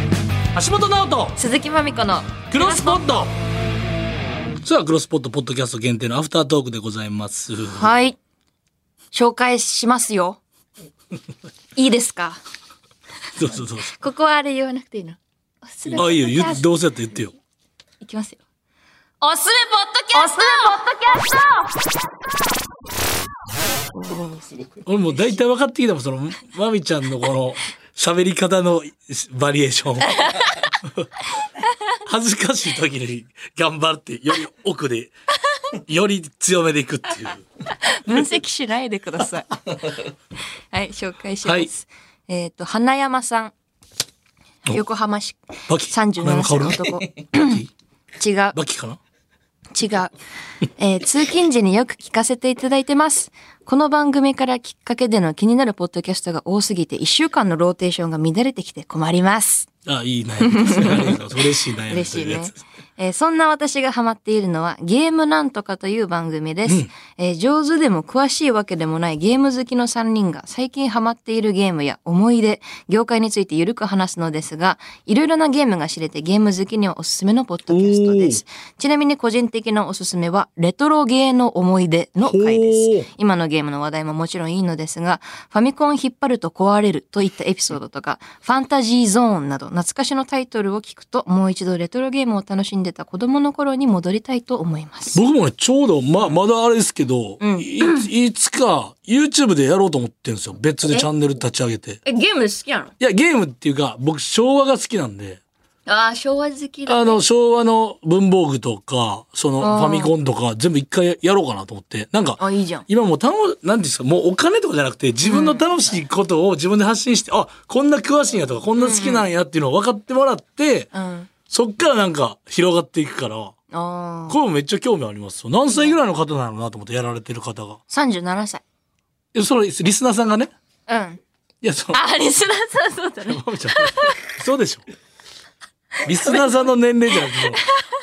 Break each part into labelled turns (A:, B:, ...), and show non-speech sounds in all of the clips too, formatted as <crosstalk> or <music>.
A: 橋本直人
B: 鈴木まみこの
A: クロスポットさあクロスポットポッドキャスト限定のアフタートークでございます
B: はい紹介しますよいいですか
A: どうぞどうぞ
B: ここはあれ言わなくていいのおすすめポ
A: あいいよ
B: ッドキャ
A: 言っ
B: スト
A: どうせやったら言ってよ
B: いきますよおすすめポッドキャスト
A: 俺もう大体分かってきたもんそのまみちゃんのこの喋り方のバリエーショ <laughs> ン恥ずかしい時に頑張ってより奥でより強めでいくっていう
B: 分析しないでくだ <laughs> さい。はい、紹介します。えっ、と、花山さん。
A: お
B: 横浜市
A: バキ
B: 37歳の
A: 花山バ
B: 男。
A: キ
B: 違う。
A: バキかな
B: 違う。えー通勤時によく聞かせていただいてます。この番組からきっかけでの気になるポッドキャストが多すぎて、1週間のローテーションが乱れてきて困ります。
A: あいい悩みですねありがとうございます嬉しい悩み
B: 嬉しい
A: とう
B: ね
A: やつです。
B: えーそんな私がハマっているのはゲームなんとかという番組です、えー上手でも詳しいわけでもないゲーム好きの3人が最近ハマっているゲームや思い出、業界についてゆるく話すのですが、いろいろなゲームが知れてゲーム好きにはおすすめのポッドキャストです。ちなみに個人的なおすすめはレトロゲーの思い出の回
A: ほ
B: で
A: う
B: す。今のゲームの話題ももちろんいいのですが、ファミコン引っ張ると壊れるといったエピソードとか、ファンタジーゾーンなど懐かしのタイトルを聞くと、もう一度レトロゲームを楽しんでた子供の頃に戻りたいと思います。
A: 僕もね、ちょうど、ま、まだあれですけど、
B: うん
A: いいつか、YouTube でやろうと思ってるんですよ。別でチャンネル立ち上げて。
B: え、ゲーム好きなの
A: いや、ゲームっていうか、僕、昭和が好きなんで、
B: ああ、昭和好きだ。
A: あの、昭和の文房具とか、その、フ
B: あー
A: ァミコンとか、全部一回やろうかなと思って。なんか、
B: あ、いいじゃん。
A: 今もう楽、なんていうんですか、もうお金とかじゃなくて、自分の楽しいことを自分で発信して、あ、こんな詳しいんやとか、こんな好きなんやっていうのを分かってもらって、
B: うん。あ
A: そっからなんか、広がっていくから、
B: あ
A: こ。れもめっちゃ興味ありますよ。何歳ぐらいの方なのなと思って、やられてる方が。
B: 37歳。
A: えそのリスナーさんがね、
B: うん。
A: いや、そ <laughs> の、
B: あ、リスナーさんそうだね。
A: まみちゃん、そう
B: <laughs>
A: でしょ。リスナーさんの年齢じゃなくても、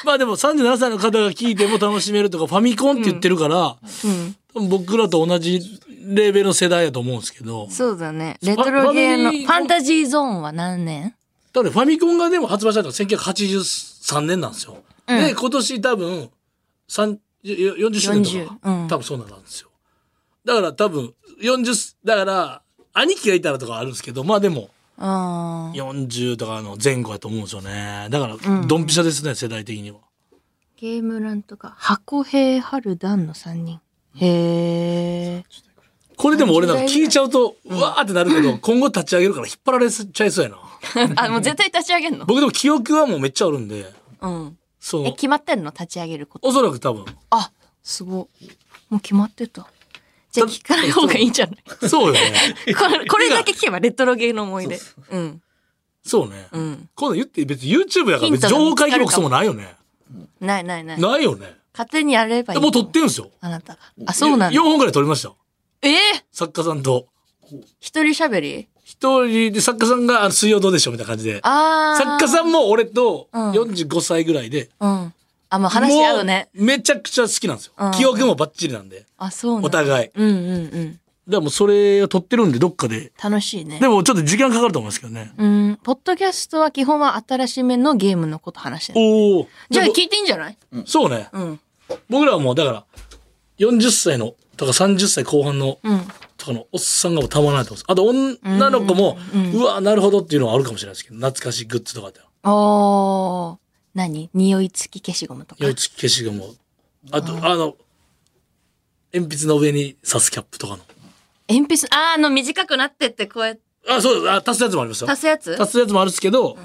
A: まあでも37歳の方が聞いても楽しめるとか、ファミコンって言ってるから、
B: うん。
A: 多分僕らと同じレベルの世代やと思うんですけど、
B: そうだね。レトロゲーの、
A: フ
B: フ
A: ァミ
B: ァンタジーゾーンは何年
A: だってファミコンがでも発売されたのが1983年なんですよ。
B: うん
A: で、今年多分、三よ40周年とか、
B: 40うん
A: 多分そうなんですよ。だから多分、40、だから、兄貴がいたらとかあるんですけど、まあでも、
B: ああ。
A: 40とかの前後やと思うんですよね。だから、ドンピシャですね、世代的には。
B: ゲームなんとか、箱平春団の3人。へえ。
A: これでも俺なんか
B: 30代
A: 聞いちゃうと、うわーってなるけ
B: <laughs>
A: ど、今後立ち上げるから引っ張られちゃいそうやな。
B: <laughs> あ、もう絶対立ち上げんの
A: 僕でも記憶はもうめっちゃあるんで、
B: うん。
A: そ
B: え、
A: う、
B: 決まってんの立ち上げること。
A: おそらく多分。
B: あ、すごい。もう決まってた。じゃあ聞かない方がいいんじゃない
A: そう
B: <laughs>
A: よね。
B: これ、これだけ聞けばレトロゲーの思い出。うん。
A: そうね。
B: うん。
A: 今度言って別に YouTube やから別に情報会記録とかもないよね。
B: ないないない。
A: ないよね。
B: 勝手にやればいい。
A: もう撮ってんすよ。
B: あなたが。あ、そうなん
A: 4
B: だ。
A: 本ぐらい撮りましたよ。
B: えー、
A: 作家さんと。
B: 一人喋り
A: 一人で作家さんがあの水曜どうでしょうみたいな感じで。
B: あー。
A: 作家さんも俺と
B: うん
A: 45歳ぐらいで。
B: ん。うん。あ、もう話し合うね。
A: もうめちゃくちゃ好きなんですよ
B: うん。
A: 記憶もバッチリなんで。
B: あ、そうな
A: お
B: んだ。
A: 互い。
B: うんうんうん。
A: でもうそれを撮ってるんで、どっかで。
B: 楽しいね。
A: でもちょっと時間かかると思いますけどね。
B: うん、ポッドキャストは基本は新しめのゲームのこと話してる。
A: おお。
B: じゃあ
A: でも
B: 聞いていいんじゃない
A: そうね。
B: うん。
A: 僕らはもうだから、40歳の、とか30歳後半の、
B: うん。
A: とかのおっさんがもうたまらないと思います。あと女の子も、うわ、なるほどっていうのはあるかもしれないですけど、懐かしいグッズとかって。
B: おー。何匂い付き消しゴムとか
A: 酔。いつき消しゴム。あと、あの、鉛筆の上に刺すキャップとかの。
B: 鉛筆、あー、あの短くなってってこうやって
A: あ、そうです。あ、足すやつもありますよ。
B: 足すやつ
A: 足すやつもあるんですけど、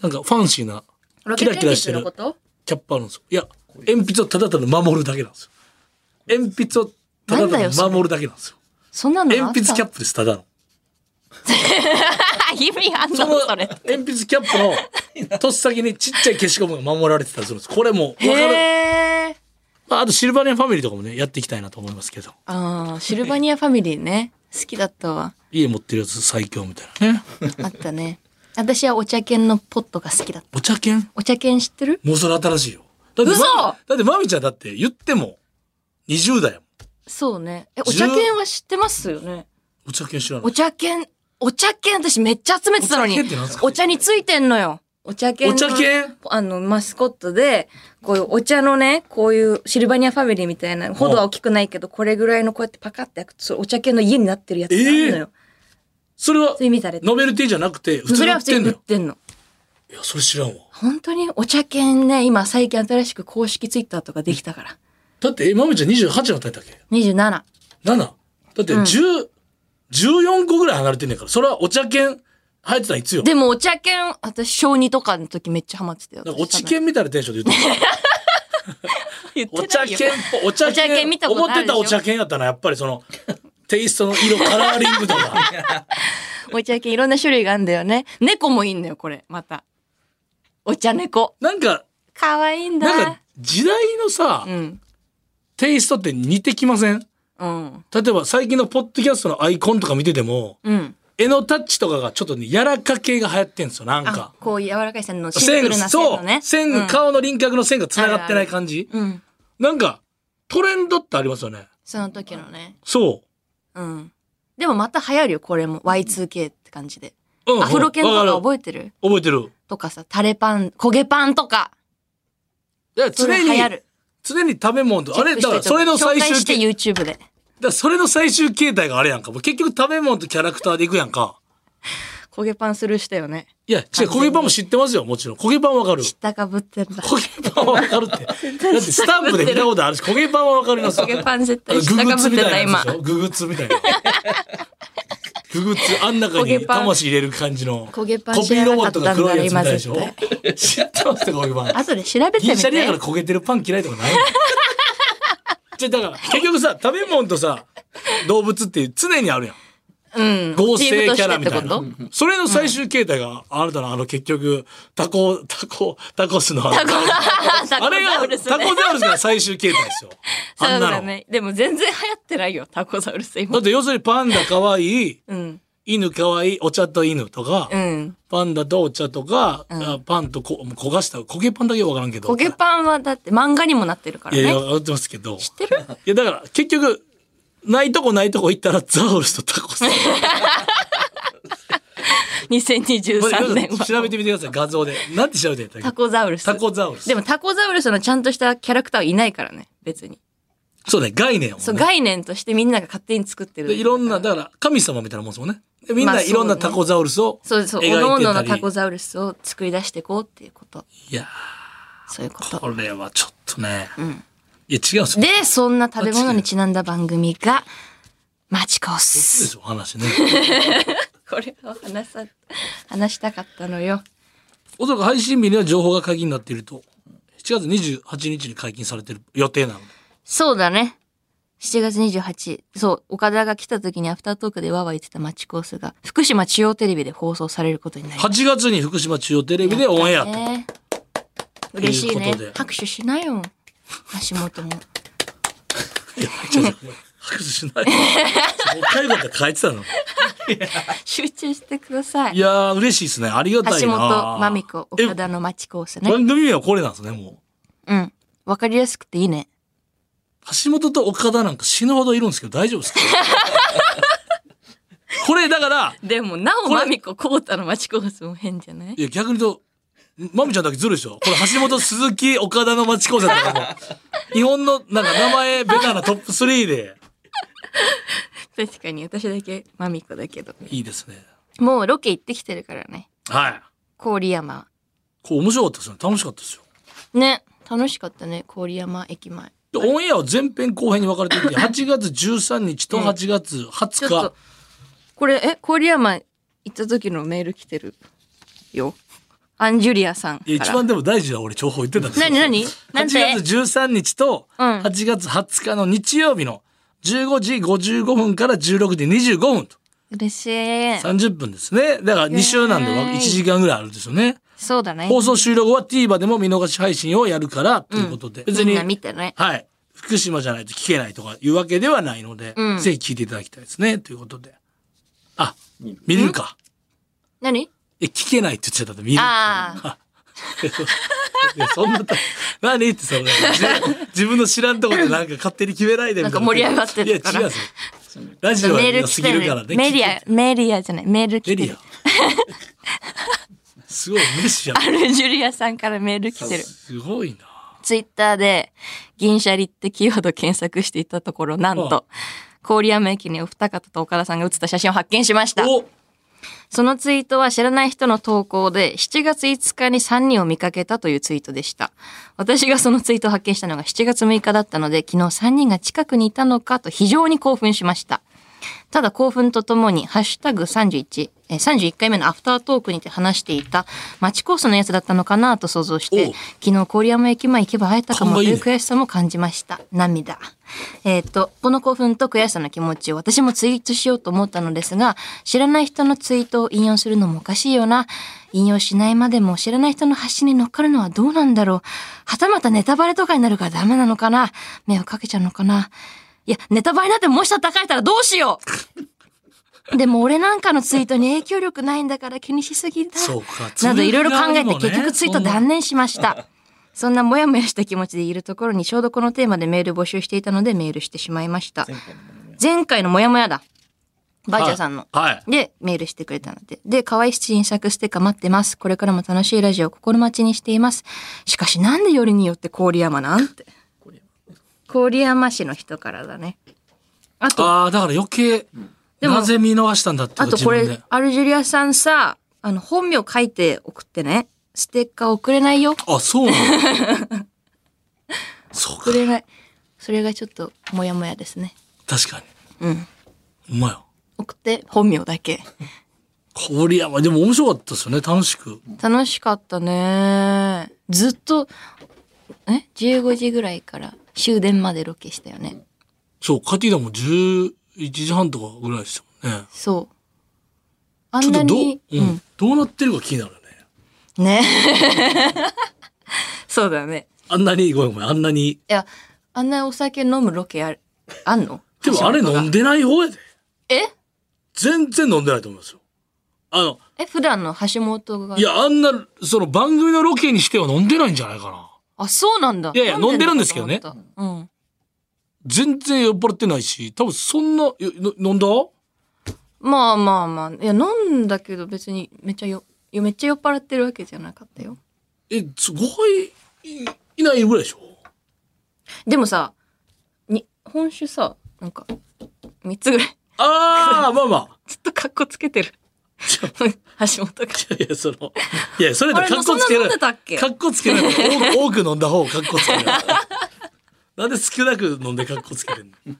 A: なんかファンシーな、
B: ロ
A: キ
B: ケ
A: ラ
B: ット
A: キ
B: 鉛
A: ラして
B: 筆
A: る
B: のこと
A: キャップあるんですよ。いや、鉛筆をただただ守るだけなんですよ。鉛筆をただ
B: なんだよ
A: た
B: そ
A: だ
B: れ
A: 守るだけなんですよ。
B: そんなのあった
A: 鉛筆キャップです、ただの。
B: あ、意味あん
A: そ
B: の
A: の
B: それ。
A: 鉛筆キャップのとっさきにちっちゃい消しゴムが守られてたりするんです。これもうわかる。
B: へー。
A: まあ、あとシルバニアファミリーとかもね、やっていきたいなと思いますけど。
B: あー、シルバニアファミリーね。好きだったわ。
A: 家持ってるやつ最強みたいなね。
B: あったね。私はお茶犬のポットが好きだった。
A: お茶犬
B: お茶犬知ってる
A: もうそれ新しいよ。だって
B: 嘘
A: まだってまみちゃんだって言っても20代やもん。
B: そうね。え、お
A: 十
B: 茶犬は知ってますよね。
A: お茶犬知らない
B: お。茶犬、お茶犬私めっちゃ集めてたのに
A: お茶犬ってなんす。か
B: お茶についてんのよ。お茶犬の
A: お茶犬
B: あの、マスコットで、こういうお茶のね、こういうシルバニアファミリーみたいな、ほどは大きくないけど、これぐらいのこうやってパカって開くと、それお茶犬の家になってるやつがあるのよ。
A: それは
B: それ見たれて。
A: ノベルティじゃなくて普
B: そ
A: 通に売
B: れは
A: っ
B: 普通
A: てん
B: に
A: の
B: 売っ
A: よ
B: てんの。
A: いやそれ知らんわ
B: 本当にお茶犬ね、今最近新しく公式ツイッターとかできたから。
A: だってえまめちゃん28のったっけ
B: 27。
A: 7だって10、14個ぐらい離れてんねんからそれはお茶犬入ってたらいつよ
B: でもお茶犬、私小2とかの時めっちゃハマってたよ。
A: なんかお茶犬みたいなテンションで言ってた
B: <laughs> 言って
A: お茶
B: ないよ
A: 犬っぽお茶
B: お茶犬
A: 犬
B: 見たこと
A: 思っ
B: あ
A: て
B: るでしょ
A: たお茶犬やったなやっぱりそのテイストの色カラーリングとか
B: <laughs> お茶犬いろんな種類があるんだよね。猫もいいんだよ、これ。また。お茶猫。
A: なんか
B: かわいいんだ。
A: なんか時代のさ、
B: うん。
A: テイストって似てきません
B: うん。
A: 例えば最近のポッドキャストのアイコンとか見てても
B: うん。
A: 絵のタッチとかがちょっとね柔らか系が流行ってんすよなん
B: あ
A: か、
B: こういう柔らかい線のシンプルな線
A: そ
B: の
A: う
B: ね。
A: 線
B: う
A: が
B: ん
A: 顔の輪郭の線がつながってない感じ、
B: うん。
A: なんかトレンドってありますよね
B: その時のね。
A: そ
B: うん。でもまた流行るよ、これも。Y2K って感じで。
A: う、うん、
B: アフロ犬と
A: わ
B: か
A: る
B: 覚えてる
A: 覚えてる
B: とかさ、タレパン、焦げパンとか。
A: だから
B: それ
A: 常
B: 流行
A: に
B: る。
A: 常に食べ物とあれ
B: チ
A: だ
B: ェ
A: から
B: ックし
A: そ
B: と
A: れ
B: いて
A: の最終形だか
B: 紹介して YouTube で。
A: らそれの最終形態があれやんかもう結局食べ物とキャラクターでいくやんか
B: 焦げパンスルーしたよ <laughs> ね。
A: いや違う焦げパンも知ってますよもちろん焦げパンわかる
B: 知ったかぶっ
A: <laughs>
B: てんだ。
A: 焦げパンはわかるってだってスタンプで見たことあるし焦げパンはわかります
B: 焦
A: よ
B: げパン絶
A: あの
B: 対知っ
A: <laughs>
B: たかぶってた、今。
A: ググツみたいなやつでしょググツみたいなググツあん中
B: 焦
A: に
B: げパン
A: 魂入れる感じの
B: 焦げパン
A: コピーロボットが黒いやつ
B: 知
A: み
B: ら
A: たい
B: なか
A: で
B: っ
A: した
B: ん
A: ょ
B: だ
A: 知ってますっ
B: 今
A: て焦げ
B: <laughs>
A: パン
B: 後で調べて
A: 銀
B: み
A: シャリやから
B: て。
A: 焦げてるパン嫌いとかない
B: <laughs>
A: のちょだから結局さ食べ物とさ動物って常にあるやん
B: うん。
A: 合成
B: チームと
A: キャ
B: して
A: ラ
B: っ
A: み
B: て
A: た
B: こ
A: いな
B: と
A: それの最終形態があなたのあの結局タコタコタコスのあ
B: タコ、タコ
A: れが
B: ザウルス
A: タコ
B: ね。
A: ザウルスが最終形態ですよ
B: そう
A: あんな
B: だ
A: の、
B: ね。でも全然流行ってないよ、タコザウルス
A: だ
B: 今
A: っ。て要するにパンダかわいい
B: うん。
A: 犬かわいいお茶と犬とか、
B: うん。
A: パンダとお茶とか、
B: うん
A: あパンとこ焦がした焦げパンだけは分からんけど
B: 焦げパンはだって漫画にもなってるから
A: いやいや
B: ね。
A: 分かってますけど
B: 知ってる
A: いやだから結局ないとこないとこ行ったらザウルスとタ
B: <laughs>
A: コス
B: ?2023 年は。
A: 調べてみてください画像でなんて調べてんだっけ
B: タコザウルス。
A: タコザウルス
B: でもタコザウルスのちゃんとしたキャラクターはいないからね、別に。
A: そうね概念を、ね、
B: そう、概念としてみんなが勝手に作ってる。
A: でいろんなだから神様みたいなもんですもんねでみん
B: まあ
A: な
B: そう
A: い
B: ね
A: ろんなタコザウルスを描
B: そう
A: いて
B: そ
A: た
B: う、
A: り、
B: おのおののタコザウルスを作り出していこうっていうこと。
A: いや
B: そういうこ
A: ー
B: と。
A: これはちょっとね、
B: ん
A: いや違うんですよ
B: で、そんな食べ物にちなんだ番組が、マチコス。
A: ですよ話ね
B: これを話さ、話したかったのよ。
A: おそらく配信日には情報が解禁になっていると7月28日に解禁されてる予定なので
B: そうだね。7月28そう、岡田が来た時にアフタートークでわわ言ってたマチコースが、福島中央テレビで放送されることになりまし
A: 8月に福島中央テレビでオンエアと、
B: たね。嬉しい
A: とい
B: ね
A: うことで。
B: 拍手しないよ。足元も。
A: いやちょっと拍手しない北海道って書いてたの
B: <laughs> 集中してくださ
A: い
B: い。
A: やー嬉しいですねありがたいな
B: 橋本まみ子、
A: え
B: 岡田のマチコースね。
A: 番組名はこれなんですねもう
B: うん。わかりやすくていいね。
A: 橋本と岡田なんか死ぬほどいるんですけど大丈夫
B: <laughs>
A: ですかこれだから
B: でも、なお
A: これ
B: まみこ、こうたのマチコースも変じゃない
A: いや逆に言うとまみちゃんだけずるいでしょこれ橋本鈴木岡田の町講座だからもう日本のなんか名前ベタなトップ3で
B: 確かに、私だけまみこだけど。
A: いいですね
B: もうロケ行ってきてるからね。
A: はい
B: 郡山。
A: これ面白かったですよね楽しかったですよ
B: ね。楽しかったね、郡山駅前。
A: でオンエアは前編後編に分かれてい
B: <laughs>
A: て8月13日と
B: うん
A: 8月
B: ちょ
A: 20
B: っ
A: 日、
B: と、これ、え、郡山行った時のメール来てるよ。アンジュリアさんか
A: いや
B: ら。
A: 一番でも大事な俺情報言ってたんですよ
B: 何何なんて
A: 8月13日と
B: うん
A: 8月20日の日曜日の15時55分から16時25分と
B: 嬉しい。
A: 30分ですねだから2週なんで1時間ぐらいあるんですよね
B: そうだね。
A: 放送終了後は TVer でも見逃し配信をやるからということで、別
B: みん
A: に
B: な見てね。
A: はい福島じゃないと聞けないとかいうわけではないので、
B: うん
A: ぜひ聞いていただきたいですねということであ見れるか
B: 何
A: え聞けないって言っちゃったんで見る
B: ああ。
A: <laughs> いやそんなた何ってその <laughs> 自自分の知らんとこでなんか勝手に決めないでみたい
B: なんか盛り上がって
A: る
B: る
A: か
B: から
A: い
B: ら
A: や違うぞラジオは
B: メール
A: 良
B: 来
A: す
B: て
A: ぎ
B: る
A: るからね
B: メディア、メディアじゃない、メール
A: メ
B: 来
A: デ
B: て
A: ィ
B: る
A: ア。すごいメッシや
B: あるジュリアさんからメール来てる。
A: すごいな
B: ツイッターで、銀シャリってキーワード検索していたところ、なん
A: ああ
B: と、郡山駅にお二方と岡田さんが写った写真を発見しました。
A: お
B: そのツイートは知らない人の投稿で、7月5日に3人を見かけたというツイートでした。私がそのツイートを発見したのが7月6日だったので、昨日3人が近くにいたのかと非常に興奮しました。ただ興奮とともに、ハッシュタグ31、えー31回目のアフタートークにて話していた、町コースのやつだったのかなと想像し
A: おう
B: て、昨日郡山駅前行けば会えたかもとい
A: 勘がいういね
B: 悔しさも感じました。涙。えっ、と、この興奮と悔しさの気持ちを私もツイートしようと思ったのですが、知らない人のツイートを引用するのもおかしいよな。引用しないまでも知らない人の発信に乗っかるのはどうなんだろう。はたまたネタバレとかになるからダメなのかな。迷惑かけちゃうのかな。いや、ネタバレなんてもし叩かれたらどうしよう <laughs> でも俺なんかのツイートに影響力ないんだから気にしすぎだ。
A: そうか
B: などいろいろ考えて結局ツイート断
A: ね
B: 念しま <laughs> した。そんなもやもやした気持ちでいるところにちょうどこのテーマでメール募集していたのでメールしてしまいました。前回のもやもやだ。バイチャーさんの。
A: はいはい
B: で、メールしてくれたので。で、可愛い新作ステッカー待ってます。これからも楽しいラジオを心待ちにしています。しかしなんでよりによって郡山なんて。郡山市の人からだね。あと、
A: ああだから余計
B: でも
A: なぜ見逃したんだって
B: あとこ
A: 自分
B: れ
A: で、
B: アルジュリアさんさ、あの、本名書いて送ってね。ステッカー送れないよ。
A: あそうなの
B: <laughs>
A: そうか
B: 送れない。それがちょっと、もやもやですね。
A: 確か
B: うん。
A: にうまいよ
B: 送って、本名だけ。
A: 郡山でも面白かったですよね楽しく
B: 楽しかったね。ずっと、え ?15 時ぐらいから終電までロケしたよね。
A: そうカティダも11時半とかぐらいでしたもんね
B: そう。あ
A: ちょ
B: ん
A: っ
B: な
A: とど,、うん
B: に、うん。
A: どうなってるか気になるね
B: ね。 <laughs> そうだね。
A: あんなにごめんごめんあんなに
B: いや、あんなお酒飲むロケある、あんの
A: でもあれ
B: 橋本
A: 飲
B: が
A: んでない方やで
B: え
A: 全然飲んでないと思いますよあの
B: え、普段の橋本が。
A: いやあんなその番組のロケにしては飲んでないんじゃないかな
B: あ、そうなんだ。
A: いやいや飲んでるんですけどね
B: 飲んでんのかと思った。
A: 全然酔っ払ってないし多分そんなよの飲んだ
B: うん。まあまあまあ。いや、飲んだけど別にめっちゃよ、いやめっちゃ酔っ払ってるわけじゃなかったよ。
A: えそ5杯いいないぐらいでしょ
B: でもさ、に、本酒さ、なんか、3つぐらい、 <laughs>
A: ああまあまあ
B: ずっと格好つけ
A: <laughs>
B: てる。
A: ちょ
B: 橋本が。
A: いやいやそのいやそれ
B: あ
A: だ
B: れ、
A: かっ
B: そ
A: こ
B: ん
A: つ
B: な
A: け
B: 飲
A: なんい
B: でたっけ
A: かっこつけない多く多く飲んだ方をかっこつけないなんで少なく飲んでかっこつけてんのい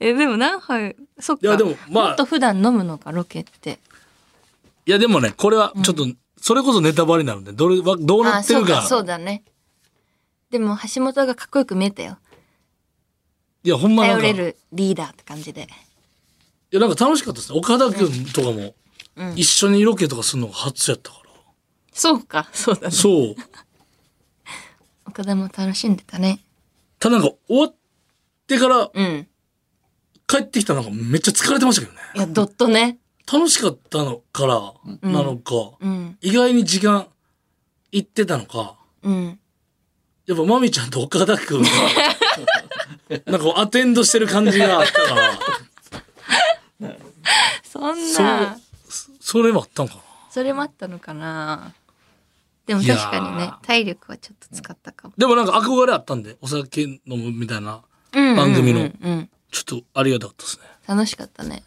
B: え、でも何杯、そっか。
A: やでも
B: も
A: ま
B: っ
A: あ
B: と普段飲むのか、ロケって。
A: いやでもねこれはちょっと、それこそネタバレになるんでどれはどうな
B: あ、
A: って
B: そ
A: る
B: う
A: か
B: か、そうだね。でも、橋本がかっこよく見えたよ。
A: いやほんまなん
B: 頼
A: か
B: れるリーダーって感じで。
A: いやなんか楽しかったですね岡田君とかも
B: うん
A: 一緒にロケとかするのが初やったから、
B: そうか、そうだね。
A: そう
B: 岡田も楽しんでたね。
A: ただなんか終わってから
B: うん。
A: 帰ってきたらなんかめっちゃ疲れてましたけどね
B: いや、ドットね。
A: 楽しかったのからなのか、
B: うん。
A: 意外に時間いってたのか
B: うん。
A: やっぱまみちゃんと岡田君がなんかアテンドしてる感じがあった <laughs> から
B: そん
A: そ
B: な
A: う。それもあったんかな
B: それもあったのかなでも確かに
A: い
B: ね
A: やー
B: 体力はちょっと使ったかも、
A: でもなんか憧れあったんでお酒飲むみたいな
B: うんうんうん
A: 番組の
B: うん
A: ちょっとありがたかったですね
B: 楽しかったね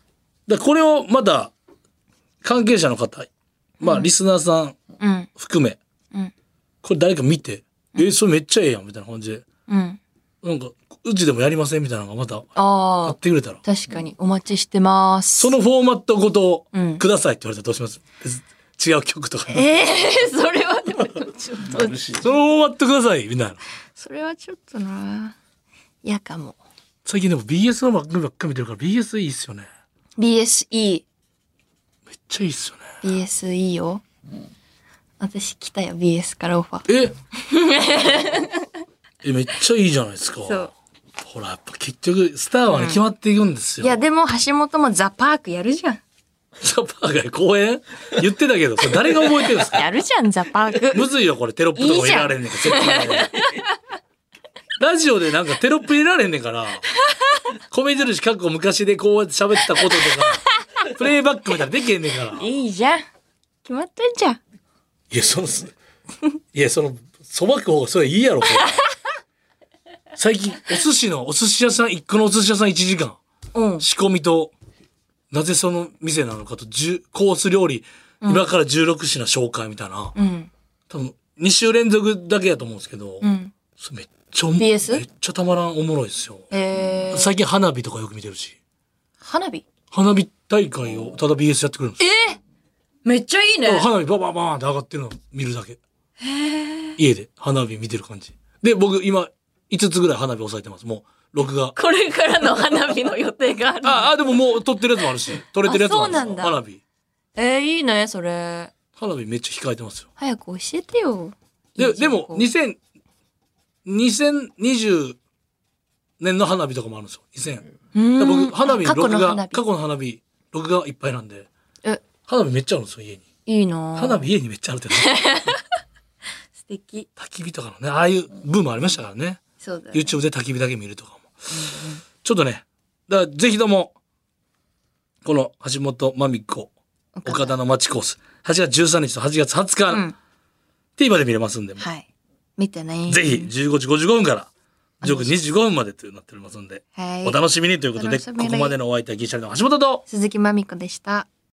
A: だからこれをまた関係者の方まあリスナーさん
B: うん
A: 含め、
B: うん
A: これ誰か見て、えそれめっちゃええやんみたいな感じで
B: うん
A: なんかうちでもやりませんみたいなのがまたあ
B: あ
A: ってくれたら
B: あ確かにお待ちしてます
A: そのフォーマットごと
B: うん
A: くださいって言われたらどうします、別に違う曲とか
B: えー、それはでもちょっと
A: そのフォーマットくださいみたいな
B: それはちょっとな嫌かも
A: 最近でも BS の番組ばっか見てるから BS いいっすよね
B: BSEBSE
A: めっちゃいいっすよね
B: BSE よ、私来たよ BS からオファー
A: え <laughs> えめっちゃいいじゃないですか
B: そう
A: ほらやっぱ結局スターはね、決まっていくんです
B: い
A: よ
B: やでも橋本もザ・パークやるじゃん
A: ザ・パーが公演言ってたけどそれ誰が覚えてるんですか
B: やるじゃんザ・パーク <laughs>
A: むずいよこれテロップとかも入れられんねんから絶対ラジオでなんかテロップ入れられんねんから米印かっこ昔でこうやって喋ってたこととかプレイバックみたいなのできへんねんから
B: いいじゃん。決まってんじゃん。
A: いや、その、すいや、その、そばく方がそれいいやろ、これ最近、お寿司の、お寿司屋さん、一個のお寿司屋さん1時間、
B: うん。
A: 仕込みと、なぜその店なのかと、10コース料理、今から16品紹介みたいな、
B: うん。
A: 多分、2週連続だけやと思うんですけど、
B: うん。
A: それめっちゃおも、めっ
B: BS？
A: ちゃたまらんおもろいですよ。
B: えー、
A: 最近花火とかよく見てるし、
B: 花火
A: 花火大会をただ BS やってくるんですよ
B: めっちゃいいね。
A: 花火バンバンバンって上がってるの見るだけ。家で花火見てる感じ。で、僕今5つぐらい花火押さえてます。もう、録画。
B: これからの花火の予定 <laughs> がある。
A: あ、あ、でももう撮ってるやつもあるし、撮れてるやつもある
B: あそうなんだ
A: 花火。
B: えー、いいね、それ。
A: 花火めっちゃ控えてますよ。
B: 早く教えてよ。い
A: で、
B: い情
A: でも、
B: 報
A: 2000、2020年の花火とかもあるんですよ。2000。
B: うー
A: だから
B: ん
A: 僕、花火、
B: あ過去
A: 録
B: の
A: 画、
B: 花
A: 過
B: 火。
A: 去の花火、録画いっぱいなんで、
B: え、
A: 花火めっちゃあるんですよ、家に。
B: いいな
A: 花火家にめっちゃある
B: <laughs>
A: ってね。
B: 素敵。
A: 焚き火とかのね、ああいうブームありましたからね。
B: そうだね。
A: YouTube で焚き火だけ見るとかも。ちょっとね、だからぜひとも、この橋本まみ子、
B: 岡
A: 岡田の町コース、8月13日と8月20日、
B: うん。
A: TVer で見れますんで、
B: はい。見てね。
A: ぜひ15時55分から、19時25分までとなっておりますんで、
B: はい
A: お。楽しみにということ
B: お
A: で、
B: 楽しみ
A: こ
B: に
A: こまでのお相手はギリシャリの橋本と、
B: 鈴木まみこでした。